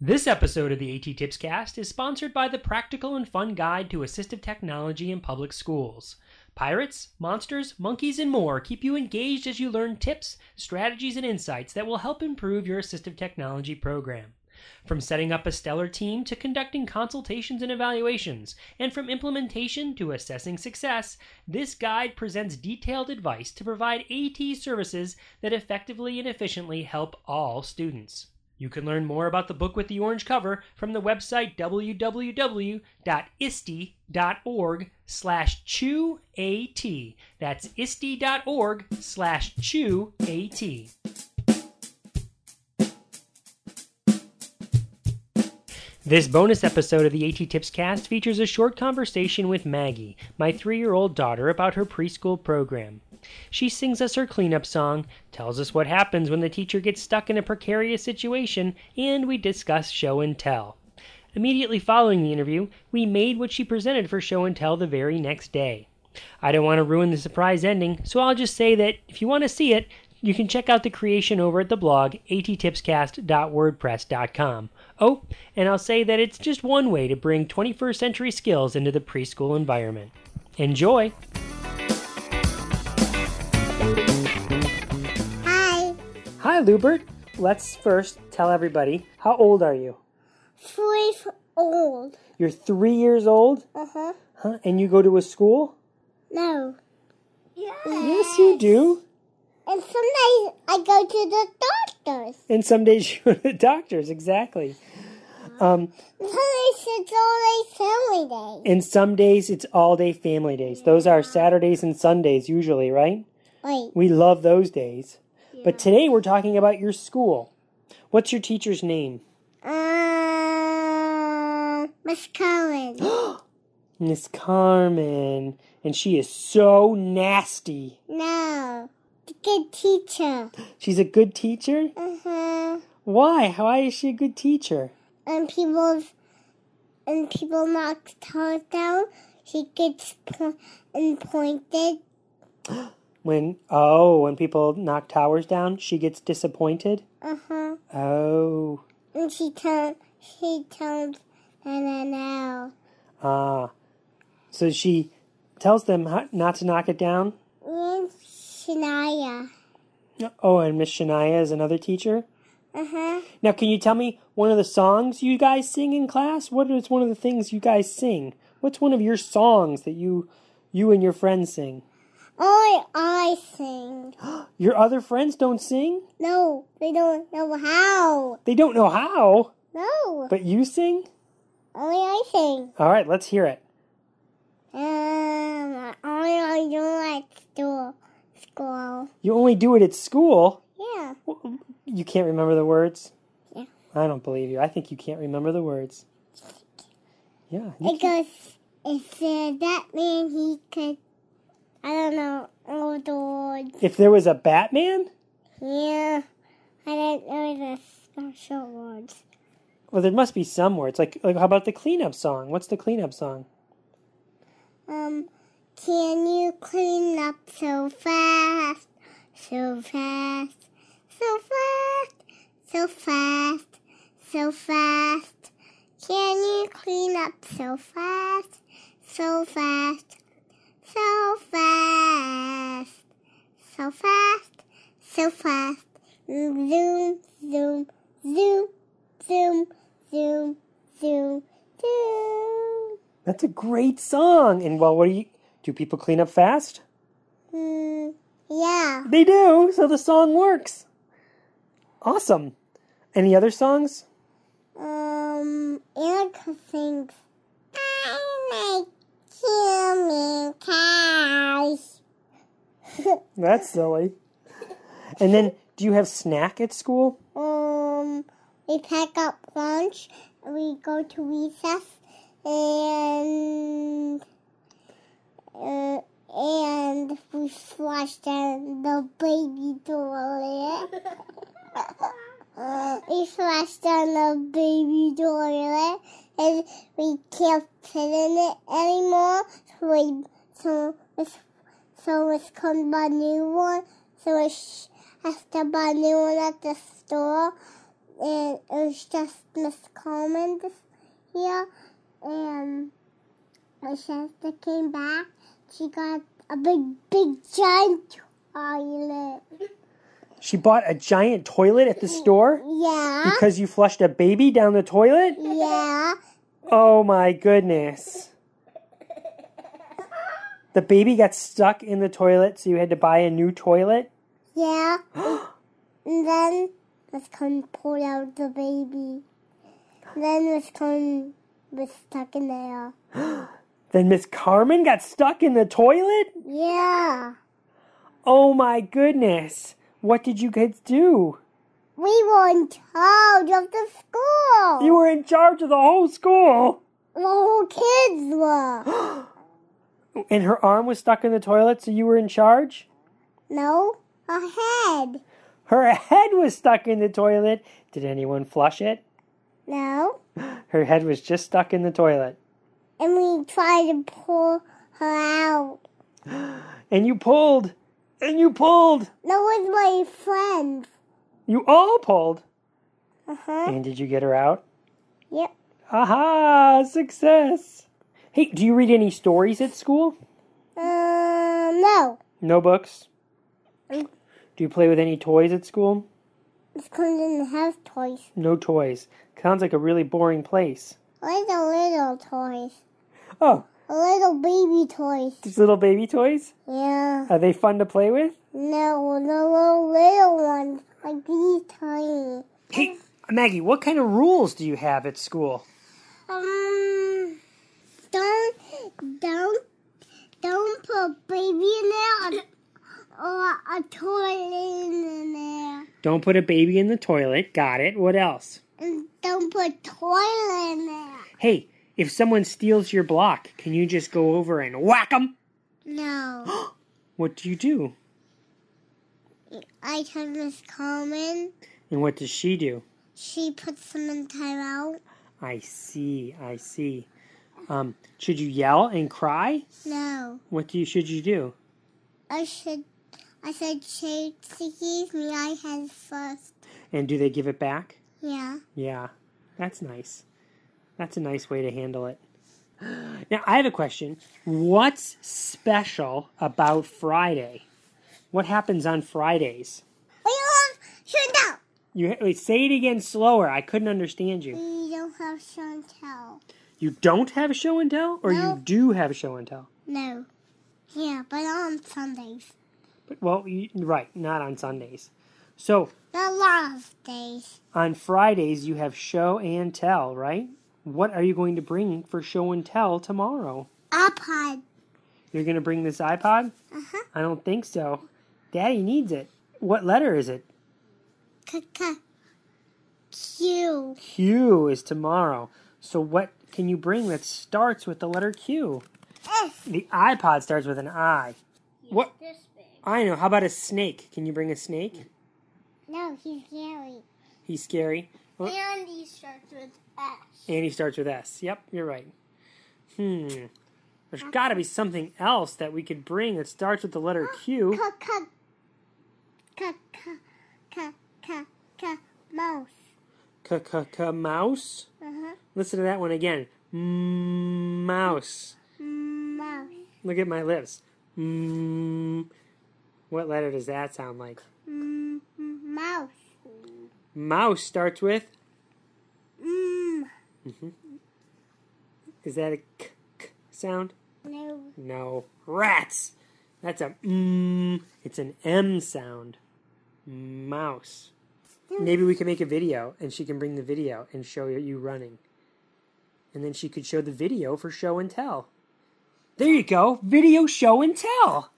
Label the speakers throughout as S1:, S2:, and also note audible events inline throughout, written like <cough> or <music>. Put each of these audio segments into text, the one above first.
S1: This episode of the AT Tips Cast is sponsored by the Practical and Fun Guide to Assistive Technology in Public Schools. Pirates, monsters, monkeys, and more keep you engaged as you learn tips, strategies, and insights that will help improve your assistive technology program. From setting up a stellar team to conducting consultations and evaluations, and from implementation to assessing success, this guide presents detailed advice to provide AT services that effectively and efficiently help all students. You can learn more about the book with the orange cover from the website www.isti.org slash chew-at. That's isti.org slash chew-at. This bonus episode of the AT Tips cast features a short conversation with Maggie, my three year old daughter, about her preschool program. She sings us her cleanup song, tells us what happens when the teacher gets stuck in a precarious situation, and we discuss show and tell. Immediately following the interview, we made what she presented for show and tell the very next day. I don't want to ruin the surprise ending, so I'll just say that if you want to see it, you can check out the creation over at the blog attipscast.wordpress.com. Oh, and I'll say that it's just one way to bring 21st century skills into the preschool environment. Enjoy!
S2: Hi,
S1: Hi, Lubert. Let's first tell everybody how old are you?
S2: three f- old.
S1: You're three years old,
S2: Uh huh.
S1: huh? And you go to a school?
S2: No. Yeah.
S1: Yes, you do.
S2: And sometimes I go to the doctors.
S1: And some days <laughs> you go to the doctor's, exactly. Um,
S2: And Sometimes it's only family day.
S1: and some days it's all day family days. Those are Saturdays and Sundays, usually, right?
S2: Wait.
S1: We love those days. But today we're talking about your school. What's your teacher's name?
S2: Uh, Miss Collins.
S1: Miss Carmen. And she is so nasty.
S2: no. The good teacher.
S1: She's a good teacher?
S2: Uh huh.
S1: Why? Why is she a good teacher?
S2: And people, and people knock toes down. She gets po- and pointed.
S1: When oh, when people knock towers down, she gets disappointed.
S2: Uh huh.
S1: Oh,
S2: And she turns. She turns. And then out.
S1: ah, so she tells them ho- not to knock it down.
S2: And Shania.
S1: Oh, and Miss Shania is another teacher.
S2: Uh huh.
S1: Now, can you tell me one of the songs you guys sing in class? What is one of the things you guys sing? What's one of your songs that you you and your friends sing?
S2: Only I sing.
S1: Your other friends don't sing?
S2: No, they don't know how.
S1: They don't know how,
S2: No,
S1: but you sing?
S2: only I sing.
S1: All right, let's hear it.
S2: Um, only I do at school. School.
S1: You only do it at school.
S2: Yeah.
S1: You can't remember the words?
S2: Yeah.
S1: I don't believe you. I think you can't remember the words. Yeah. you
S2: It goes. It said that man he could. I don't know all the words.
S1: can- If there was a Batman,
S2: Yeah, I don't know the special words.
S1: well, there must be some words. Like, like how about the cleanup song? What's the cleanup song?
S2: Um, can you clean up so fast? So fast, so fast, so fast, so fast. Can you clean up so fast? So fast, so fast, so fast, so fast. Zoom, zoom, zoom, zoom, zoom, zoom, zoom.
S1: That's a great song. And well, what do you do? People clean up fast?
S2: Mm, yeah.
S1: They do. So the song works. Awesome. Any other songs?
S2: Um, Erica sings. I like human cows.
S1: That's silly. And then, do you have snack at school?
S2: um, we pack up lunch. We go to recess, and uh, and we flush down the baby toilet. <laughs> we flush down the baby toilet, and we can't fit in it anymore. So we so it's so it's come by new one. So we sh- have to buy new one at the store. and it was just Miss Coleman this year, and when Shasta came back, she got a big, big giant toilet.
S1: She bought a giant toilet at the store
S2: Yeah,
S1: because you flushed a baby down the toilet?
S2: yeah,
S1: Oh my goodness. The baby got stuck in the toilet, so you had to buy a new toilet?
S2: yeah. and then Miss Coleman pulled out the baby. Then Miss Coleman was stuck in there.
S1: Then Miss Carmen got stuck in the toilet?
S2: Yeah.
S1: Oh my goodness. What did you kids do?
S2: We were in charge of the school.
S1: You were in charge of the whole school.
S2: the whole kids were.
S1: And her arm was stuck in the toilet, so you were in charge?
S2: no, her head.
S1: Her head was stuck in the toilet. Did anyone flush it?
S2: No.
S1: Her head was just stuck in the toilet.
S2: And we tried to pull her out.
S1: And you pulled. And you pulled.
S2: That was my friend.
S1: You all pulled.
S2: Uh huh.
S1: And did you get her out?
S2: Yep.
S1: Aha! Success! Hey, do you read any stories at school?
S2: Um, no.
S1: No books?
S2: Mm.
S1: Do you play with any toys at school?
S2: It's coming in the house toys.
S1: No toys. Sounds like a really boring place.
S2: Little, little toys.
S1: Oh,
S2: Little baby toys.
S1: these little baby toys?
S2: Yeah.
S1: Are they fun to play with?
S2: No, the little, little ones. Like these tiny.
S1: Hey, Maggie, what kind of rules do you have at school?
S2: Um, don't, don't, don't put baby in there or, or a toilet in there.
S1: Don't put a baby in the toilet. Got it. What else?
S2: And don't put toilet in there.
S1: Hey, if someone steals your block, can you just go over and whack them?
S2: No.
S1: What do you do?
S2: I tell Miss Coleman,
S1: And what does she do?
S2: she puts them in timeout.
S1: I see. I see. Um, should you yell and cry?
S2: No.
S1: What do you, should you do?
S2: I should, I said, she, she gave me I had first.
S1: And do they give it back?
S2: Yeah.
S1: Yeah, that's nice. That's a nice way to handle it. <gasps> Now, I have a question. What's special about Friday? What happens on Fridays?
S2: We don't have Chantel.
S1: You wait, say it again slower. I couldn't understand you.
S2: We don't have Chantel.
S1: You don't have show and tell, or
S2: No.
S1: you do have show and tell.
S2: No. Yeah, but on Sundays.
S1: But, well, you, right, not on Sundays. So
S2: Not a lot of days.
S1: on Fridays you have show and tell, right? What are you going to bring for show and tell tomorrow?
S2: iPod.
S1: You're going to bring this iPod?
S2: Uh-huh.
S1: I don't think so. Daddy needs it. What letter is it?
S2: K-K. Q.
S1: Q is tomorrow. So what can you bring that starts with the letter Q?
S2: S.
S1: The iPod starts with an I. What?
S2: This big.
S1: I know. How about a snake? Can you bring a snake?
S2: No, he's Gary.
S1: He's scary. Well,
S2: And he starts with S.
S1: And he starts with S. Yep, you're right. Hmm. There's got to be something else that we could bring that starts with the letter Q.
S2: K-K. K-K. K-K. K. Mouse.
S1: K-k-k mouse.
S2: Uh-huh.
S1: Listen to that one again. Mm, Mouse.
S2: Mouse.
S1: Look at my lips. Mm. What letter does that sound like?
S2: Mm, mm, Mouse.
S1: Mouse starts with. Mm-hmm.
S2: Mm.
S1: Is that a k, k sound?
S2: No.
S1: No. Rats. That's a mm. It's an m sound. Mouse. Maybe we can make a video, and she can bring the video and show you running. And then she could show the video for show and tell. There you go. Video show and tell.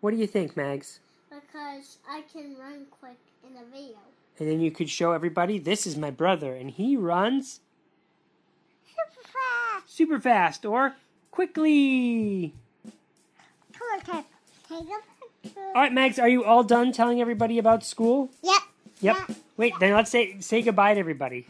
S1: What do you think, Mags?
S2: Because I can run quick in a video. <laughs>
S1: And then you could show everybody this is my brother, and he runs
S2: Super fast.
S1: super fast or quickly.
S2: Come on, Ted. Take a picture.
S1: All right, Mags, are you all done telling everybody about school?
S2: Yep.
S1: Yep.
S2: Yeah.
S1: Wait, then let's say say goodbye to everybody.